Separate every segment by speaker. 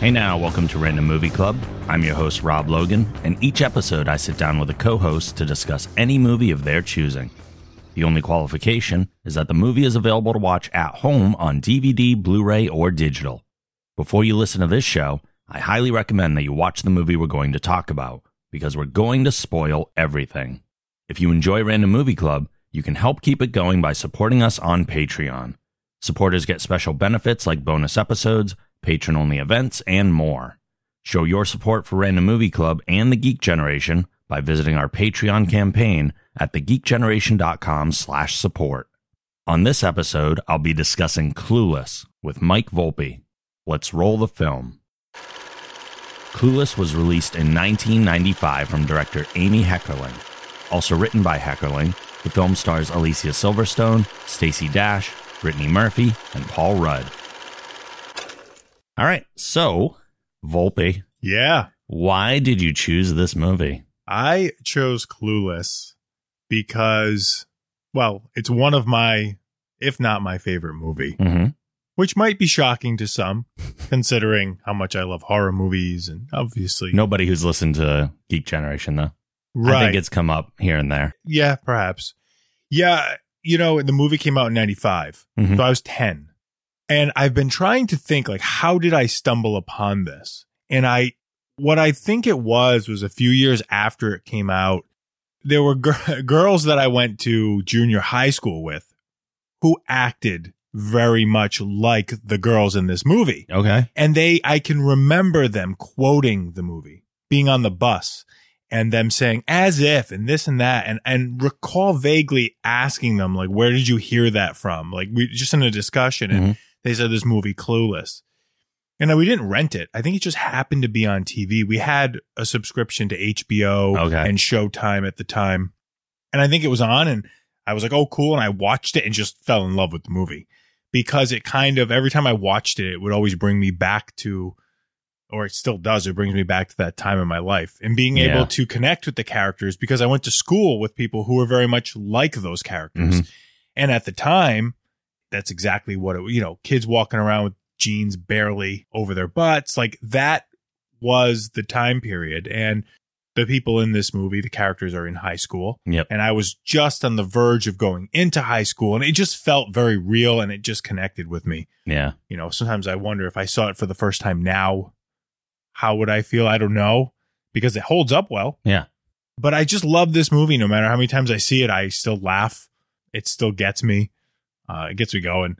Speaker 1: Hey now, welcome to Random Movie Club. I'm your host, Rob Logan, and each episode I sit down with a co host to discuss any movie of their choosing. The only qualification is that the movie is available to watch at home on DVD, Blu ray, or digital. Before you listen to this show, I highly recommend that you watch the movie we're going to talk about, because we're going to spoil everything. If you enjoy Random Movie Club, you can help keep it going by supporting us on Patreon. Supporters get special benefits like bonus episodes, patron only events, and more. Show your support for Random Movie Club and the Geek Generation by visiting our Patreon campaign at thegeekgeneration.com slash support. On this episode, I'll be discussing Clueless with Mike Volpe. Let's roll the film. Clueless was released in 1995 from director Amy Heckerling. Also written by Heckerling, the film stars Alicia Silverstone, Stacey Dash, Brittany Murphy, and Paul Rudd. All right, so Volpe,
Speaker 2: Yeah.
Speaker 1: why did you choose this movie?
Speaker 2: I chose Clueless because, well, it's one of my, if not my favorite movie,
Speaker 1: Mm-hmm.
Speaker 2: which might be shocking to some, considering how much I love horror movies and obviously.
Speaker 1: Nobody who's listened to Geek Generation, though.
Speaker 2: right.
Speaker 1: I think it's come up here and there.
Speaker 2: yeah, perhaps. Yeah. You know, the movie came out in 95,
Speaker 1: Mhm.
Speaker 2: so I was 10. And I've been trying to think, like, how did I stumble upon this? And I, what I think it was, was a few years after it came out, there were gir- girls that I went to junior high school with who acted very much like the girls in this movie.
Speaker 1: Okay.
Speaker 2: And they, I can remember them quoting the movie, being on the bus and them saying as if and this and that and, and recall vaguely asking them, like, where did you hear that from? Like we just in a discussion and they said this movie Clueless. And uh, we didn't rent it. I think it just happened to be on TV. We had a subscription to HBO
Speaker 1: Okay.
Speaker 2: and Showtime at the time. And I think it was on and I was like, oh, cool. And I watched it and just fell in love with the movie because it kind of, every time I watched it, it would always bring me back to, or it still does, it brings me back to that time in my life and being
Speaker 1: Yeah.
Speaker 2: able to connect with the characters because I went to school with people who were very much like those characters.
Speaker 1: Mm-hmm.
Speaker 2: And at the time, that's exactly what it, you know, kids walking around with jeans barely over their butts. Like that was the time period. And the people in this movie, the characters are in high school
Speaker 1: Yep.
Speaker 2: and I was just on the verge of going into high school, and it just felt very real and it just connected with me.
Speaker 1: Yeah.
Speaker 2: You know, sometimes I wonder if I saw it for the first time now, how would I feel? I don't know because it holds up well.
Speaker 1: Yeah.
Speaker 2: But I just love this movie. No matter how many times I see it, I still laugh. It still gets me. Uh, it gets me going.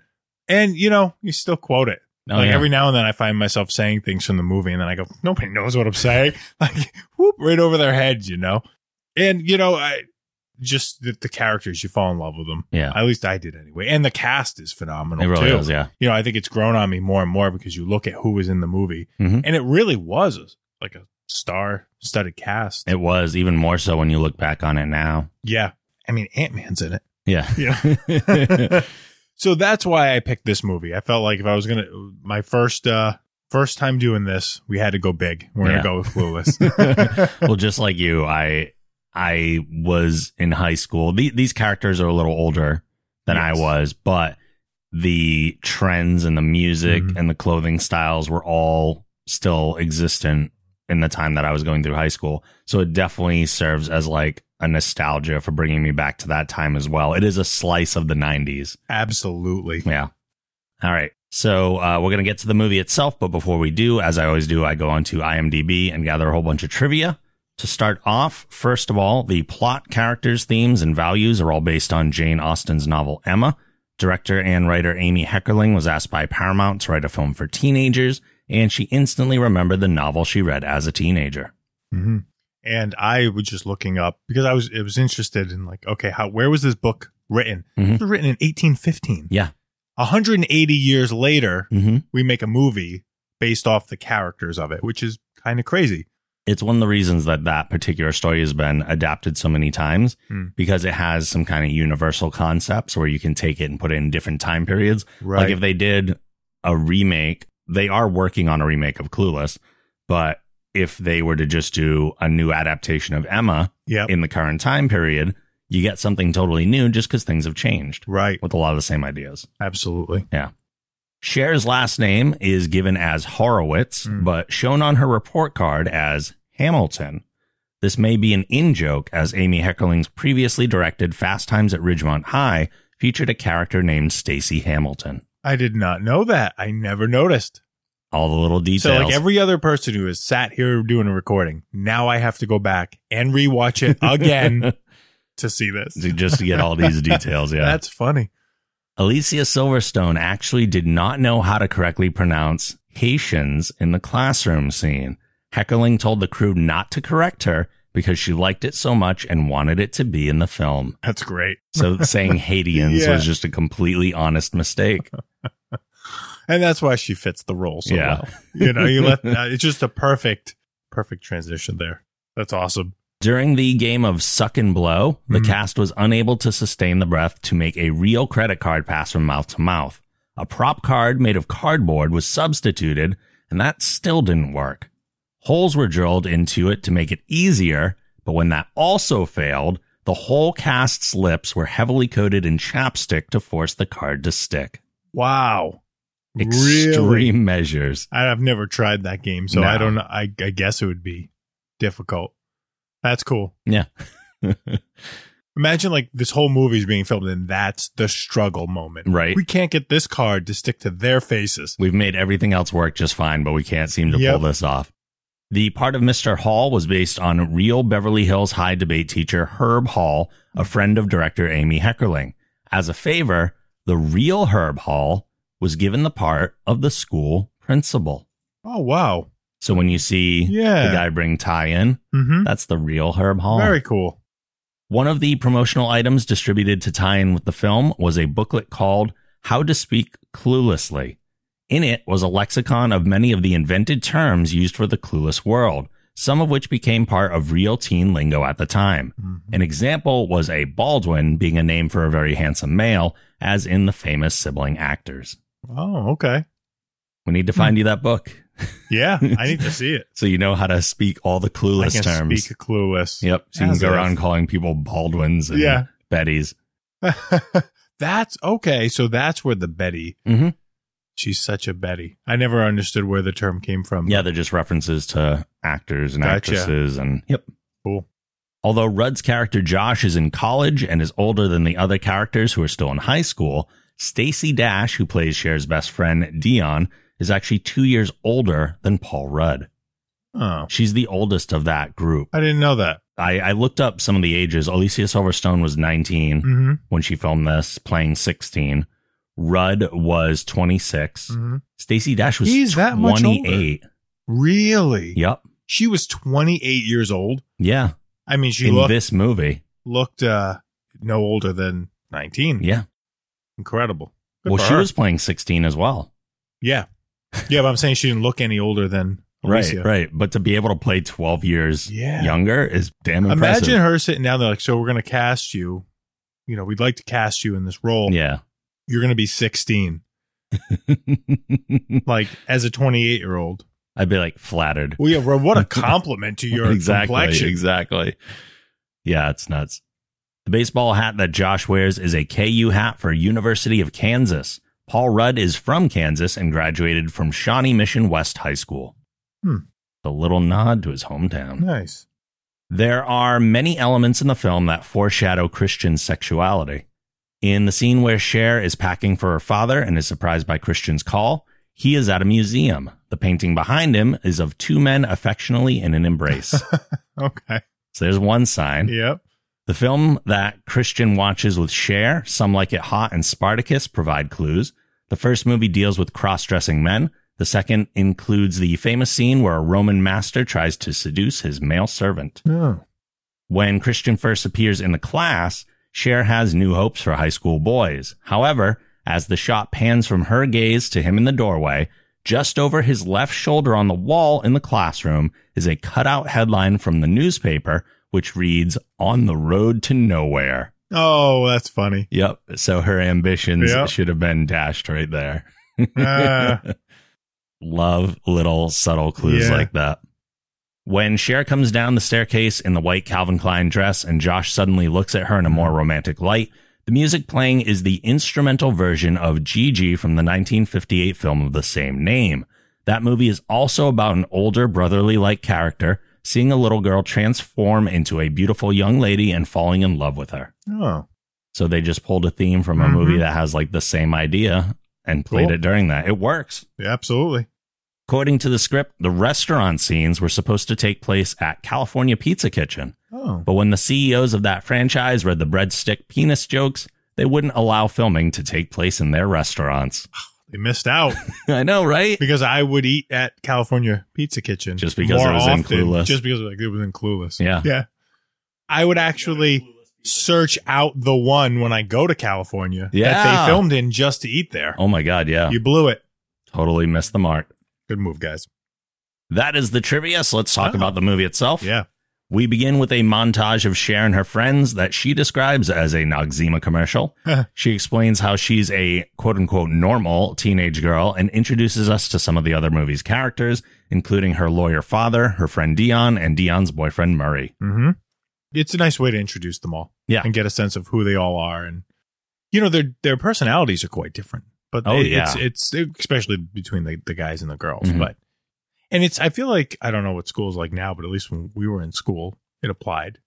Speaker 2: And, you know, you still quote it
Speaker 1: Oh,
Speaker 2: like
Speaker 1: yeah.
Speaker 2: every now and then, I find myself saying things from the movie, and then I go, nobody knows what I'm saying. like, whoop, right over their heads, you know. And you know, I just the, the characters you fall in love with them.
Speaker 1: yeah.
Speaker 2: At least I did anyway. And the cast is
Speaker 1: It
Speaker 2: phenomenal
Speaker 1: really
Speaker 2: too.
Speaker 1: is. Yeah.
Speaker 2: You know, I think it's grown on me more and more because you look at who was in the movie,
Speaker 1: Mhm.
Speaker 2: and it really was a, like a star-studded cast.
Speaker 1: It was even more so when you look back on it now.
Speaker 2: yeah, I mean, Ant Man's in it.
Speaker 1: Yeah.
Speaker 2: Yeah. so that's why I picked this movie. I felt like if I was gonna my first uh first time doing this, we had to go big. We're
Speaker 1: Yeah.
Speaker 2: gonna go with Clueless.
Speaker 1: well, just like you, I I was in high school. The, these characters are a little older than I
Speaker 2: Yes.
Speaker 1: was, but the trends and the music
Speaker 2: Mhm.
Speaker 1: and the clothing styles were all still existent in the time that I was going through high school. So it definitely serves as like a nostalgia for bringing me back to that time as well. It is a slice of the 90s.
Speaker 2: Absolutely.
Speaker 1: Yeah. All right. So uh, we're going to get to the movie itself. But before we do, as I always do, I go onto IMDb and gather a whole bunch of trivia. To start off, first of all, the plot, characters, themes, and values are all based on Jane Austen's novel Emma. Director and writer Amy Heckerling was asked by Paramount to write a film for teenagers, and she instantly remembered the novel she read as a teenager.
Speaker 2: hmm And I was just looking up because I was it was interested in like, okay, how where was this book written?
Speaker 1: Mhm.
Speaker 2: It was written in eighteen fifteen.
Speaker 1: Yeah.
Speaker 2: 180 years later,
Speaker 1: Mm-hmm.
Speaker 2: we make a movie based off the characters of it, which is kind of crazy.
Speaker 1: it's one of the reasons that that particular story has been adapted so many times
Speaker 2: Hmm.
Speaker 1: because it has some kind of universal concepts where you can take it and put it in different time periods.
Speaker 2: Right.
Speaker 1: Like if they did a remake, they are working on a remake of Clueless, but if they were to just do a new adaptation of Emma
Speaker 2: yep.
Speaker 1: in the current time period, you get something totally new just because things have changed
Speaker 2: right.
Speaker 1: with a lot of the same ideas.
Speaker 2: Absolutely.
Speaker 1: Yeah. Cher's last name is given as Horowitz,
Speaker 2: Hmm.
Speaker 1: but shown on her report card as Hamilton. This may be an in joke, as Amy Heckerling's previously directed Fast Times at Ridgemont High featured a character named Stacy Hamilton.
Speaker 2: I did not know that. I never noticed.
Speaker 1: All the little details.
Speaker 2: So like every other person who has sat here doing a recording, now I have to go back and rewatch it again to see this.
Speaker 1: To- just to get all these details. Yeah.
Speaker 2: That's funny.
Speaker 1: Alicia Silverstone actually did not know how to correctly pronounce Haitians in the classroom scene. Heckerling told the crew not to correct her because she liked it so much and wanted it to be in the film.
Speaker 2: That's great.
Speaker 1: So saying Haitians
Speaker 2: Yeah.
Speaker 1: was just a completely honest mistake.
Speaker 2: And that's why she fits the role so
Speaker 1: Yeah.
Speaker 2: well. You know, you let uh, it's just a perfect perfect transition there. That's awesome.
Speaker 1: During the game of Suck and Blow, the
Speaker 2: Mhm.
Speaker 1: cast was unable to sustain the breath to make a real credit card pass from mouth to mouth. A prop card made of cardboard was substituted, and that still didn't work. Holes were drilled into it to make it easier, but when that also failed, the whole cast's lips were heavily coated in chapstick to force the card to stick.
Speaker 2: Wow.
Speaker 1: Extreme
Speaker 2: Really?
Speaker 1: measures.
Speaker 2: I- I've never tried that game, so
Speaker 1: No.
Speaker 2: I don't know. I, I guess it would be difficult. That's cool.
Speaker 1: Yeah.
Speaker 2: Imagine like this whole movie is being filmed and that's the struggle moment.
Speaker 1: Right.
Speaker 2: We can't get this card to stick to their faces.
Speaker 1: We've made everything else work just fine, but we can't seem to
Speaker 2: Yep.
Speaker 1: pull this off. The part of Mr. Hall was based on real Beverly Hills High debate teacher Herb Hall, a friend of director Amy Heckerling. As a favor, the real Herb Hall was given the part of the school principal.
Speaker 2: Oh wow.
Speaker 1: So when you see the
Speaker 2: Yeah.
Speaker 1: guy bring Ty in,
Speaker 2: Mm-hmm.
Speaker 1: that's the real Herb Hall.
Speaker 2: Very cool.
Speaker 1: One of the promotional items distributed to tie in with the film was a booklet called How to Speak Cluelessly. In it was a lexicon of many of the invented terms used for the clueless world, some of which became part of real teen lingo at the time.
Speaker 2: Mhm.
Speaker 1: An example was a Baldwin being a name for a very handsome male, as in the famous sibling actors.
Speaker 2: Oh, okay.
Speaker 1: We need to
Speaker 2: Hmm.
Speaker 1: find you that book
Speaker 2: Yeah, I need to see it.
Speaker 1: so you know how to speak all the
Speaker 2: I
Speaker 1: clueless
Speaker 2: can
Speaker 1: terms.
Speaker 2: speak clueless.
Speaker 1: Yep. So you can
Speaker 2: As
Speaker 1: go
Speaker 2: if.
Speaker 1: around calling people Baldwins and
Speaker 2: Yeah.
Speaker 1: Bettys.
Speaker 2: that's okay. So that's where the Betty.
Speaker 1: Mm-hmm.
Speaker 2: She's such a Betty. I never understood where the term came from.
Speaker 1: Yeah, they're just references to actors and
Speaker 2: Gotcha.
Speaker 1: actresses and yep.
Speaker 2: Cool.
Speaker 1: Although Rudd's character Josh is in college and is older than the other characters who are still in high school, Stacy Dash, who plays Cher's best friend Dion, is actually 2 years older than Paul Rudd.
Speaker 2: Oh,
Speaker 1: She's the oldest of that group.
Speaker 2: I didn't know that.
Speaker 1: I, I looked up some of the ages. Alicia Silverstone was 19
Speaker 2: Mm-hmm.
Speaker 1: when she filmed this, playing 16. Rudd was 26.
Speaker 2: hmm
Speaker 1: Stacy Dash was
Speaker 2: He's that much older.
Speaker 1: 28.
Speaker 2: Really?
Speaker 1: Yep.
Speaker 2: She was 28 years old.
Speaker 1: Yeah.
Speaker 2: I mean, she
Speaker 1: in
Speaker 2: looked
Speaker 1: this movie.
Speaker 2: looked uh, no older than 19.
Speaker 1: Yeah.
Speaker 2: Incredible. Hmm. Good
Speaker 1: well,
Speaker 2: for
Speaker 1: she
Speaker 2: her.
Speaker 1: was playing 16 as well.
Speaker 2: Yeah. Yeah, but I'm saying she didn't look any older than Alicia.
Speaker 1: Right, right. But to be able to play 12 years
Speaker 2: Yeah.
Speaker 1: younger is damn impressive.
Speaker 2: Imagine her sitting down there like, so we're gonna cast you. You know, we'd like to cast you in this role.
Speaker 1: Yeah.
Speaker 2: You're gonna be 16, like as a 28 year old.
Speaker 1: I'd be like flattered.
Speaker 2: Well, yeah, well, what a compliment to your
Speaker 1: exactly.
Speaker 2: complexion.
Speaker 1: Exactly. Yeah, it's nuts. The baseball hat that Josh wears is a KU hat for University of Kansas. Paul Rudd is from Kansas and graduated from Shawnee Mission West High School.
Speaker 2: Hmm.
Speaker 1: A little nod to his hometown.
Speaker 2: Nice.
Speaker 1: There are many elements in the film that foreshadow Christian sexuality. In the scene where Cher is packing for her father and is surprised by Christian's call, he is at a museum. The painting behind him is of two men affectionately in an embrace.
Speaker 2: Okay.
Speaker 1: so there's one sign.
Speaker 2: Yep.
Speaker 1: The film that Christian watches with Cher, Some Like It Hot, and Spartacus provide clues. The first movie deals with cross dressing men. The second includes the famous scene where a Roman master tries to seduce his male servant.
Speaker 2: Oh.
Speaker 1: When Christian first appears in the class, Cher has new hopes for high school boys. However, as the shot pans from her gaze to him in the doorway, just over his left shoulder on the wall in the classroom is a cutout headline from the newspaper, which reads, On the Road to Nowhere.
Speaker 2: Oh, that's funny.
Speaker 1: Yep. So her ambitions
Speaker 2: Yep.
Speaker 1: should have been dashed right there.
Speaker 2: Ah.
Speaker 1: Love little subtle clues
Speaker 2: Yeah.
Speaker 1: like that. When Cher comes
Speaker 2: Mm-hmm.
Speaker 1: down the staircase in the white Calvin Klein dress and Josh suddenly looks at her in a more romantic light, The music playing is the instrumental version of Gigi from the 1958 film of the same name. That movie is also about an older brotherly like character seeing a little girl transform into a beautiful young lady and falling in love with her.
Speaker 2: Oh,
Speaker 1: So they just pulled a theme from a
Speaker 2: Mhm.
Speaker 1: movie that has like the same idea and played
Speaker 2: Cool.
Speaker 1: it during that. It works.
Speaker 2: yeah, absolutely.
Speaker 1: According to the script, the restaurant scenes were supposed to take place at California Pizza Kitchen.
Speaker 2: Oh,
Speaker 1: But when the CEOs of that franchise read the breadstick penis jokes, they wouldn't allow filming to take place in their restaurants.
Speaker 2: they missed out
Speaker 1: I know, right?
Speaker 2: because I would eat at California Pizza Kitchen
Speaker 1: Just because it was in Clueless.
Speaker 2: Just because like, it was in Clueless.
Speaker 1: Yeah.
Speaker 2: yeah. I would actually search out the one when I go to California that
Speaker 1: Yeah.
Speaker 2: they filmed in just to eat there.
Speaker 1: Oh my God, yeah.
Speaker 2: You blew it.
Speaker 1: Totally missed the mark.
Speaker 2: Good move, guys.
Speaker 1: That is the trivia, so let's talk
Speaker 2: Oh.
Speaker 1: about the movie itself.
Speaker 2: Yeah.
Speaker 1: We begin with a montage of Cher and her friends that she describes as a Noxzema commercial.
Speaker 2: Uh-huh.
Speaker 1: she explains how she's a quote unquote normal teenage girl and introduces us to some of the other movie's characters, including her lawyer father, her friend Dion, and Dion's boyfriend Murray.
Speaker 2: Mm-hmm. It's a nice way to introduce them all.
Speaker 1: Yeah.
Speaker 2: And get a sense of who they all are. And, you know, their their personalities are quite different. But
Speaker 1: Oh,
Speaker 2: it-
Speaker 1: yeah.
Speaker 2: it's, it's especially between the, the guys and the girls.
Speaker 1: Mhm.
Speaker 2: But, and it's, I feel like, I don't know what school's like now, but at least when we were in school, it applied.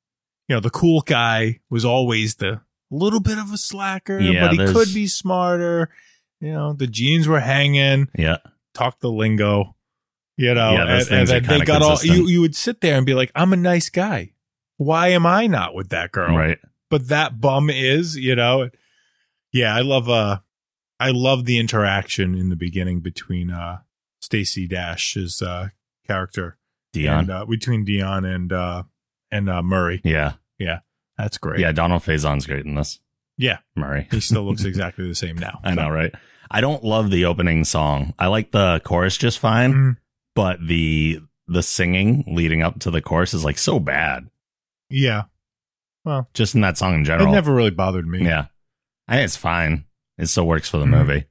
Speaker 2: You know, the cool guy was always the little bit of a slacker,
Speaker 1: Yeah,
Speaker 2: but he
Speaker 1: there's-
Speaker 2: could be smarter. You know, the jeans were hanging.
Speaker 1: Yeah.
Speaker 2: talk the lingo, you know,
Speaker 1: Yeah, those
Speaker 2: and,
Speaker 1: things
Speaker 2: and
Speaker 1: are
Speaker 2: they
Speaker 1: kinda
Speaker 2: got all
Speaker 1: consistent.
Speaker 2: you, you would sit there and be like, I'm a nice guy. Why am I not with that girl?
Speaker 1: Right.
Speaker 2: But that bum is, you know. Yeah, I love uh I love the interaction in the beginning between uh Stacy Dash's uh character
Speaker 1: Dion.
Speaker 2: and uh, between Dion and uh and uh Murray.
Speaker 1: yeah.
Speaker 2: That's great.
Speaker 1: Yeah. Donald Faison's great in this.
Speaker 2: Yeah.
Speaker 1: Murray.
Speaker 2: He still looks exactly the same now.
Speaker 1: I know, right? I don't love the opening song. I like the chorus just fine,
Speaker 2: Mhm.
Speaker 1: but the the singing leading up to the chorus is like so bad.
Speaker 2: Yeah.
Speaker 1: Just in that song in
Speaker 2: It
Speaker 1: general.
Speaker 2: never really bothered me.
Speaker 1: Yeah. I think it's fine. It still works for the
Speaker 2: Mhm.
Speaker 1: movie.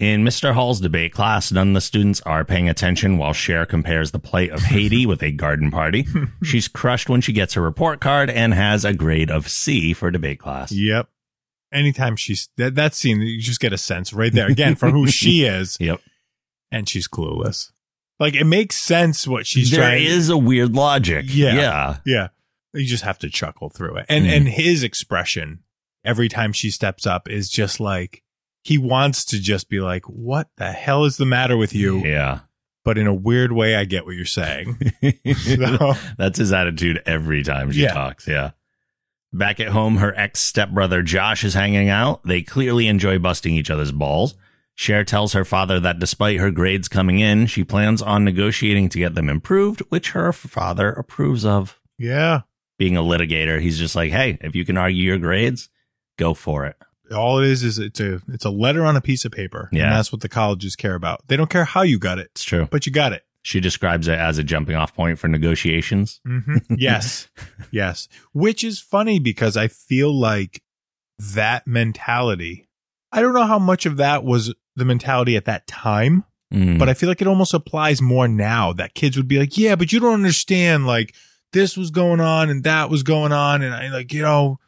Speaker 1: In Mr. Hall's debate class, none of the students are paying attention while Cher compares the plight of Haiti with a garden party. She's crushed when she gets her report card and has a grade of C for debate class.
Speaker 2: Yep. Anytime she's that, that scene, you just get a sense right there again for who she is,
Speaker 1: Yep.
Speaker 2: and she's clueless. Like it makes sense what she's
Speaker 1: there
Speaker 2: trying.
Speaker 1: is a weird logic.
Speaker 2: Yeah.
Speaker 1: Yeah.
Speaker 2: yeah, you just have to chuckle through it. And
Speaker 1: Mhm.
Speaker 2: and his expression every time she steps up is just like he wants to just be like, "What the hell is the matter with you?"
Speaker 1: Yeah.
Speaker 2: But in a weird way, I get what you're saying. So,
Speaker 1: That's his attitude every time she
Speaker 2: Yeah.
Speaker 1: talks. Yeah. Back at home, her ex stepbrother Josh is hanging out. They clearly enjoy busting each other's balls. Cher tells her father that despite her grades coming in, she plans on negotiating to get them improved, which her father approves of.
Speaker 2: yeah,
Speaker 1: Being a litigator, he's just like, hey, if you can argue your grades, go for it.
Speaker 2: all it is is it's a it's a letter on a piece of paper.
Speaker 1: Yeah.
Speaker 2: and that's what the colleges care about. They don't care how you got it,
Speaker 1: It's true.
Speaker 2: but you got it.
Speaker 1: She describes it as a jumping off point for negotiations.
Speaker 2: hmm Yes. yes. Which is funny because I feel like that mentality, I don't know how much of that was the mentality at that time,
Speaker 1: Mm.
Speaker 2: but I feel like it almost applies more now that kids would be like, yeah, but you don't understand. Like this was going on and that was going on. And I like, you know,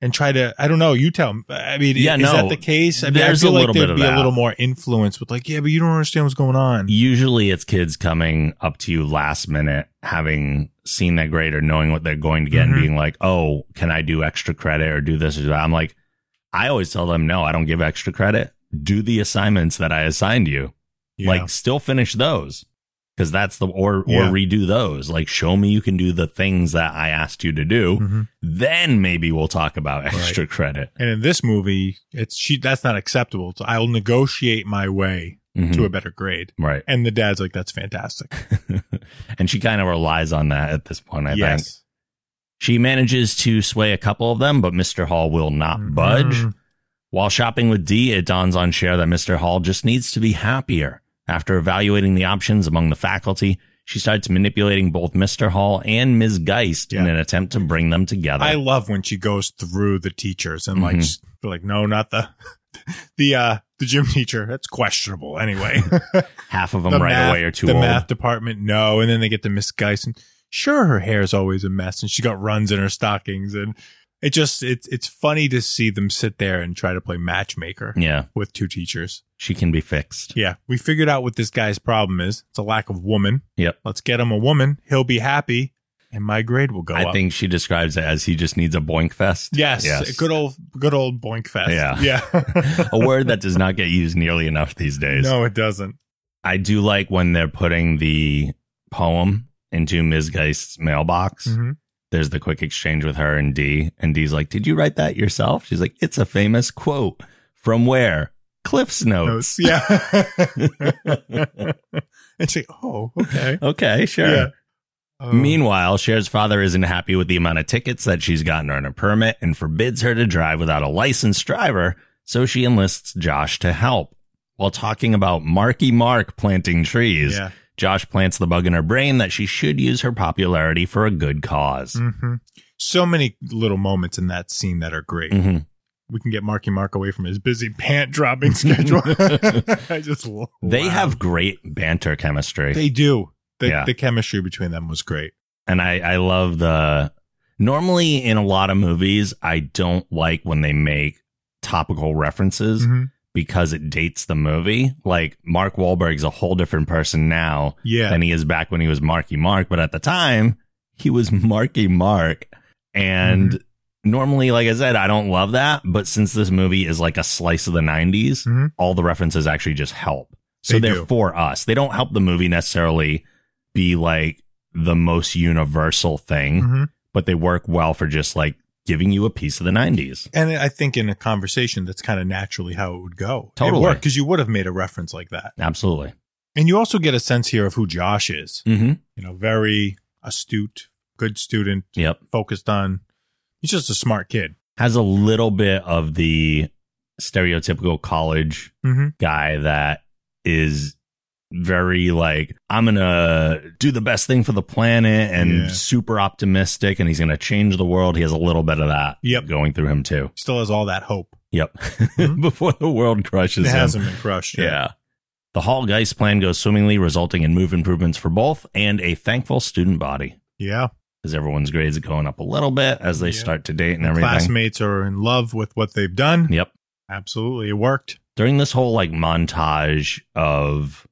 Speaker 2: and try to, I don't know, you tell 'em. I mean,
Speaker 1: Yeah,
Speaker 2: is
Speaker 1: no.
Speaker 2: that the case? I mean,
Speaker 1: There's
Speaker 2: I feel
Speaker 1: a
Speaker 2: like
Speaker 1: little bit
Speaker 2: there'd
Speaker 1: of
Speaker 2: be
Speaker 1: that.
Speaker 2: a little more influence with like, yeah, but you don't understand what's going on.
Speaker 1: usually it's kids coming up to you last minute having seen their grade or knowing what they're going to get
Speaker 2: Mhm.
Speaker 1: and being like oh can i do extra credit or do this or that i'm like i always tell them no i don't give extra credit do the assignments that i assigned you
Speaker 2: Yeah.
Speaker 1: like still finish those because that's the or or
Speaker 2: Yeah.
Speaker 1: redo those like show me you can do the things that i asked you to do
Speaker 2: Mhm.
Speaker 1: then maybe we'll talk about extra credit
Speaker 2: And in this movie, it's she that's not acceptable. So I'll negotiate my way
Speaker 1: Mhm.
Speaker 2: to a better grade.
Speaker 1: right
Speaker 2: And the dad's like, that's fantastic.
Speaker 1: and she kind of relies on that at this point i think She manages to sway a couple of them, but Mr. Hall will not budge.
Speaker 2: Mhm.
Speaker 1: While shopping with Dee, it dawns on Cher that Mr. Hall just needs to be happier. After evaluating the options among the faculty, she starts manipulating both Mr. Hall and Ms. Geist in
Speaker 2: Yeah.
Speaker 1: an attempt to bring them together.
Speaker 2: I love when she goes through the teachers and like,
Speaker 1: Mhm.
Speaker 2: just- they're like, no, not the, the, uh, the gym teacher. That's questionable anyway.
Speaker 1: Half of them
Speaker 2: the
Speaker 1: right
Speaker 2: math-
Speaker 1: away are too
Speaker 2: the
Speaker 1: old.
Speaker 2: math department. No. And then they get to Miss Geisen. Sure. Her hair is always a mess and she got runs in her stockings and It just it's it's funny to see them sit there and try to play matchmaker
Speaker 1: Yeah,
Speaker 2: with two teachers.
Speaker 1: she can be fixed.
Speaker 2: Yeah, we figured out what this guy's problem is. It's a lack of woman.
Speaker 1: Yep.
Speaker 2: Let's get him a woman. He'll be happy, and my grade will go
Speaker 1: I
Speaker 2: up.
Speaker 1: think she describes it as he just needs a boink fest.
Speaker 2: yes,
Speaker 1: Yes.
Speaker 2: a good old good old boink fest.
Speaker 1: Yeah.
Speaker 2: yeah.
Speaker 1: a word that does not get used nearly enough these days.
Speaker 2: no, it doesn't.
Speaker 1: I do like when they're putting the poem into Ms. Geist's mailbox.
Speaker 2: Mhm.
Speaker 1: There's the quick exchange with her and D. And D's like, Did you write that yourself? She's like, It's a famous quote. From where? Cliff's Notes.
Speaker 2: Yeah. and say, oh, okay.
Speaker 1: Okay, sure.
Speaker 2: Yeah. Oh.
Speaker 1: Meanwhile, Cher's father isn't happy with the amount of tickets that she's gotten her in a permit and forbids her to drive without a licensed driver, so she enlists Josh to help. While talking about Marky Mark planting trees,
Speaker 2: yeah.
Speaker 1: Josh plants the bug in her brain that she should use her popularity for a good because
Speaker 2: hmm So many little moments in that scene that are great.
Speaker 1: Mhm.
Speaker 2: We can get Marky Mark away from his busy pant dropping schedule. I just love
Speaker 1: They
Speaker 2: wow.
Speaker 1: have great banter chemistry.
Speaker 2: they do. The,
Speaker 1: Yeah.
Speaker 2: the chemistry between them was great.
Speaker 1: and I, I love the. Normally, in a lot of movies, I don't like when they make topical references.
Speaker 2: Mhm.
Speaker 1: because it dates the movie. Like Mark Wahlberg's a whole different person now
Speaker 2: Yeah.
Speaker 1: than he is back when he was Marky Mark, but at the time he was Marky Mark. And
Speaker 2: Mm-hmm.
Speaker 1: normally, like I said, I don't love that, but since this movie is like a slice of the 90s,
Speaker 2: Mhm.
Speaker 1: all the references actually just help. So
Speaker 2: They
Speaker 1: they are
Speaker 2: do.
Speaker 1: for us. They don't help the movie necessarily be like the most universal thing,
Speaker 2: Mhm.
Speaker 1: but they work well for just like giving you a piece of the 90s.
Speaker 2: And I think in a conversation, that's kind of naturally how it would go.
Speaker 1: Totally.
Speaker 2: Because you would have made a reference like that.
Speaker 1: Absolutely.
Speaker 2: And you also get a sense here of who Josh is.
Speaker 1: Mm-hmm.
Speaker 2: You know, very astute, good student,
Speaker 1: Yep.
Speaker 2: focused on. He's just a smart kid.
Speaker 1: has a little bit of the stereotypical college
Speaker 2: Mm-hmm.
Speaker 1: guy that is very like i'm gonna do the best thing for the planet and
Speaker 2: Yeah.
Speaker 1: super optimistic and he's gonna change the world he has a little bit of that
Speaker 2: Yep.
Speaker 1: going through him too
Speaker 2: Still has all that hope.
Speaker 1: yep before the world crushes
Speaker 2: Mm-hmm. It
Speaker 1: him
Speaker 2: hasn't been crushed. yet.
Speaker 1: yeah the hall geist plan goes swimmingly resulting in move improvements for both and a thankful student body
Speaker 2: Yeah.
Speaker 1: because everyone's grades are going up a little bit as they
Speaker 2: Yeah.
Speaker 1: start to date and everything
Speaker 2: Classmates are in love with what they've done.
Speaker 1: yep
Speaker 2: Absolutely. It worked.
Speaker 1: during this whole like montage of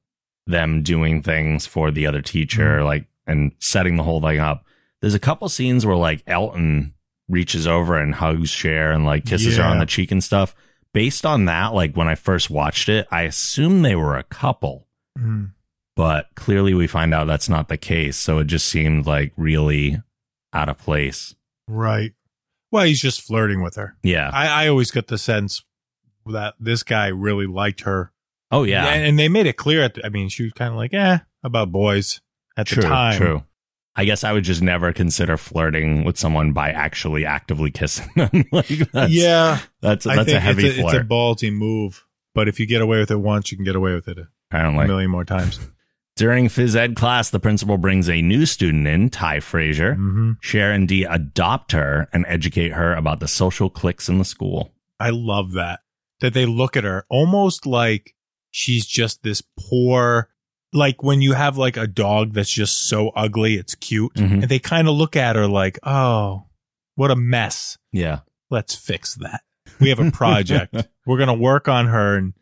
Speaker 1: them doing things for the other teacher, like and setting the whole thing up, there's a couple scenes where like Elton reaches over and hugs Cher and like kisses her
Speaker 2: Yeah.
Speaker 1: on the cheek and stuff. Based on that, like when I first watched it, I assumed they were a couple,
Speaker 2: Mm.
Speaker 1: but clearly we find out that's not the case. So it just seemed like really out of place.
Speaker 2: Right. Well, he's just flirting with her.
Speaker 1: Yeah.
Speaker 2: I, I always get the sense that this guy really liked her.
Speaker 1: Oh yeah.
Speaker 2: And, and they made it clear. At the, I mean, she was kind of like, eh, about boys at the time.
Speaker 1: True. I guess I would just never consider flirting with someone by actually actively kissing them. like that's,
Speaker 2: yeah.
Speaker 1: that's
Speaker 2: I
Speaker 1: that's
Speaker 2: think
Speaker 1: a heavy
Speaker 2: it's, a, it's a
Speaker 1: flirt.
Speaker 2: ballsy move. But if you get away with it once, you can get away with it a
Speaker 1: apparently,
Speaker 2: million more times.
Speaker 1: during phys ed class, the principal brings a new student in, Ty Frazier.
Speaker 2: hmm
Speaker 1: Cher and Dee adopt her and educate her about the social cliques in the school.
Speaker 2: I love that. That they look at her almost like she's just this poor, like when you have like a dog that's just so ugly, it's cute.
Speaker 1: Mhm.
Speaker 2: And they kind of look at her like, oh, what a mess.
Speaker 1: Yeah,
Speaker 2: Let's fix that. We have a project. We're going to work on her and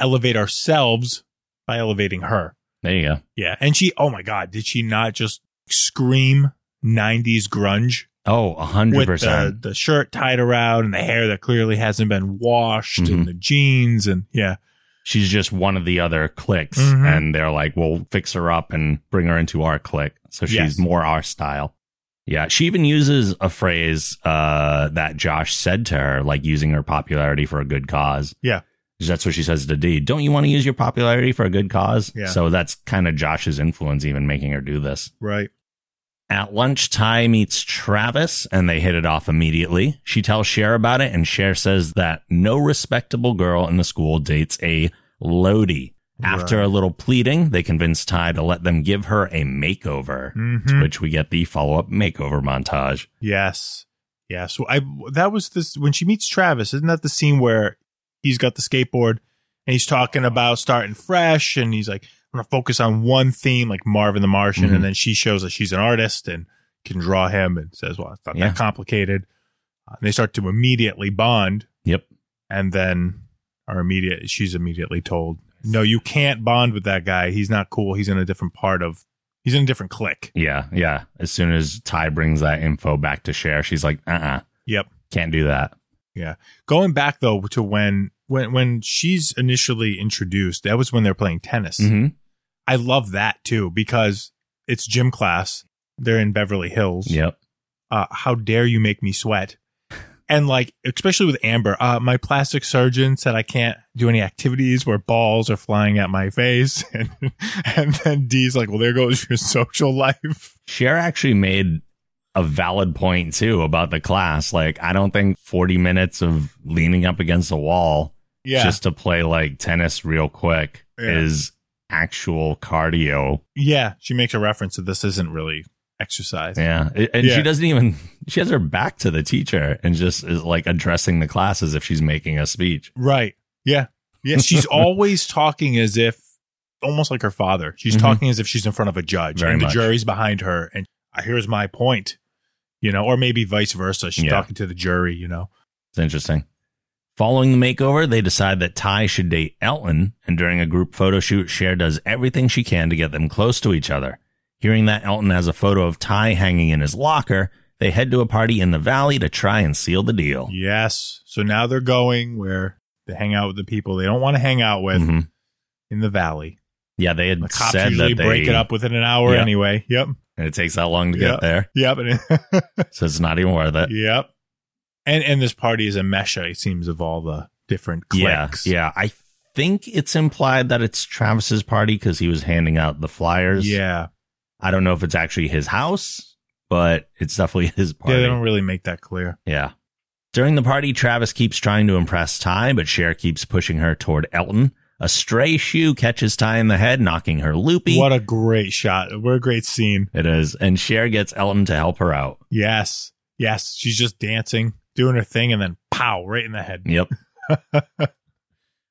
Speaker 2: elevate ourselves by elevating her.
Speaker 1: there you go.
Speaker 2: Yeah. And she, oh my God, did she not just scream 90s grunge
Speaker 1: Oh, a hundred
Speaker 2: with the,
Speaker 1: percent.
Speaker 2: the shirt tied around and the hair that clearly hasn't been washed
Speaker 1: Mhm.
Speaker 2: and the jeans and yeah
Speaker 1: She's just one of the other cliques,
Speaker 2: Mhm.
Speaker 1: and they're like, "We'll fix her up and bring her into our clique, so she's
Speaker 2: Yes.
Speaker 1: more our style." Yeah, she even uses a phrase uh, that Josh said to her, like using her popularity for a good cause.
Speaker 2: Yeah.
Speaker 1: that's what she says to D. Don't you want to use your popularity for a good cause?
Speaker 2: Yeah.
Speaker 1: So that's kind of Josh's influence, even making her do this.
Speaker 2: right
Speaker 1: At lunch, Ty meets Travis and they hit it off immediately. She tells Cher about it, and Cher says that no respectable girl in the school dates a Lodi. After
Speaker 2: Right.
Speaker 1: a little pleading, they convince Ty to let them give her a makeover,
Speaker 2: Mhm.
Speaker 1: which we get the follow up makeover montage.
Speaker 2: yes yeah so i that was this when she meets travis isn't that the scene where he's got the skateboard and he's talking about starting fresh and he's like i'm gonna focus on one theme like marvin the martian
Speaker 1: Mhm.
Speaker 2: and then she shows that she's an artist and can draw him and says well it's not
Speaker 1: Yeah.
Speaker 2: that complicated Uh, they start to immediately bond.
Speaker 1: Yep.
Speaker 2: And then are immediate. She's immediately told, "No, you can't bond with that guy. He's not cool. He's in a different part of. He's in a different clique."
Speaker 1: Yeah, yeah. As soon as Ty brings that info back to Cher, she's like, uh uh-uh, uh,
Speaker 2: Yep.
Speaker 1: can not do that.
Speaker 2: Going back though to when when when she's initially introduced, that was when they're playing tennis.
Speaker 1: Mm-hmm.
Speaker 2: I love that too because it's gym class. They're in Beverly Hills.
Speaker 1: Yep.
Speaker 2: uh, how dare you make me sweat? And like, especially with Amber, uh, my plastic surgeon said I can't do any activities where balls are flying at my face. And, and then Dee's like, well, there goes your social life.
Speaker 1: Cher actually made a valid point too about the class. Like, I don't think 40 minutes of leaning up against a wall
Speaker 2: Yeah.
Speaker 1: just to play like tennis real quick
Speaker 2: Yeah.
Speaker 1: is actual cardio.
Speaker 2: yeah. She makes a reference that this isn't really exercise.
Speaker 1: Yeah. A- And
Speaker 2: Yeah.
Speaker 1: she doesn't even, she has her back to the teacher and just is like addressing the class as if she's making a speech.
Speaker 2: Right. Yeah. Yeah. She's always talking as if almost like her father. She's
Speaker 1: Mhm.
Speaker 2: talking as if she's in front of a judge
Speaker 1: Very
Speaker 2: and the
Speaker 1: much.
Speaker 2: jury's behind her. And uh, here's my point, you know, or maybe vice versa. She's
Speaker 1: Yeah.
Speaker 2: talking to the jury, you know.
Speaker 1: It's interesting. Following the makeover, they decide that Ty should date Elton, and during a group photo shoot, Cher does everything she can to get them close to each other. Hearing that Elton has a photo of Ty hanging in his locker, they head to a party in the valley to try and seal the deal.
Speaker 2: Yes. So now they're going where they hang out with the people they don't want to hang out with
Speaker 1: Mhm.
Speaker 2: in the valley.
Speaker 1: Yeah, they had
Speaker 2: The cops
Speaker 1: said
Speaker 2: usually
Speaker 1: that they
Speaker 2: break it up within an hour
Speaker 1: Yeah.
Speaker 2: anyway. Yep.
Speaker 1: and it takes that long to
Speaker 2: Yeah.
Speaker 1: get there,
Speaker 2: Yep. And
Speaker 1: so it's not even worth it.
Speaker 2: yep. And and this party is a mesha, it seems, of all the different
Speaker 1: Yeah,
Speaker 2: cliques.
Speaker 1: yeah. I think it's implied that it's Travis's party because he was handing out the flyers.
Speaker 2: Yeah.
Speaker 1: I don't know if it's actually his house, but it's definitely his
Speaker 2: Yeah,
Speaker 1: party.
Speaker 2: they don't really make that clear.
Speaker 1: Yeah. During the party, Travis keeps trying to impress Ty, but Cher keeps pushing her toward Elton. A stray shoe catches Ty in the head, knocking her loopy.
Speaker 2: What a great shot. What a great scene.
Speaker 1: it is. And Cher gets Elton to help her out.
Speaker 2: Yes. Yes. She's just dancing, doing her thing, and then pow, right in the head.
Speaker 1: Yep.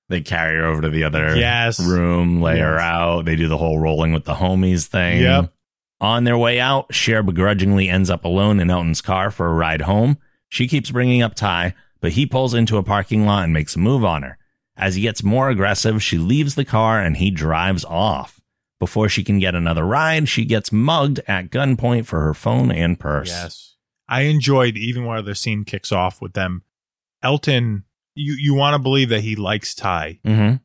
Speaker 1: they carry her over to the other
Speaker 2: Yes.
Speaker 1: room, lay her
Speaker 2: Yes.
Speaker 1: out. They do the whole rolling with the homies thing.
Speaker 2: Yep.
Speaker 1: On their way out, Cher begrudgingly ends up alone in Elton's car for a ride home. She keeps bringing up Ty, but he pulls into a parking lot and makes a move on her. As he gets more aggressive, she leaves the car and he drives off. Before she can get another ride, she gets mugged at gunpoint for her phone and purse.
Speaker 2: Yes. I enjoyed even where the scene kicks off with them. Elton, you, you want to believe that he likes Ty,
Speaker 1: Mm-hmm.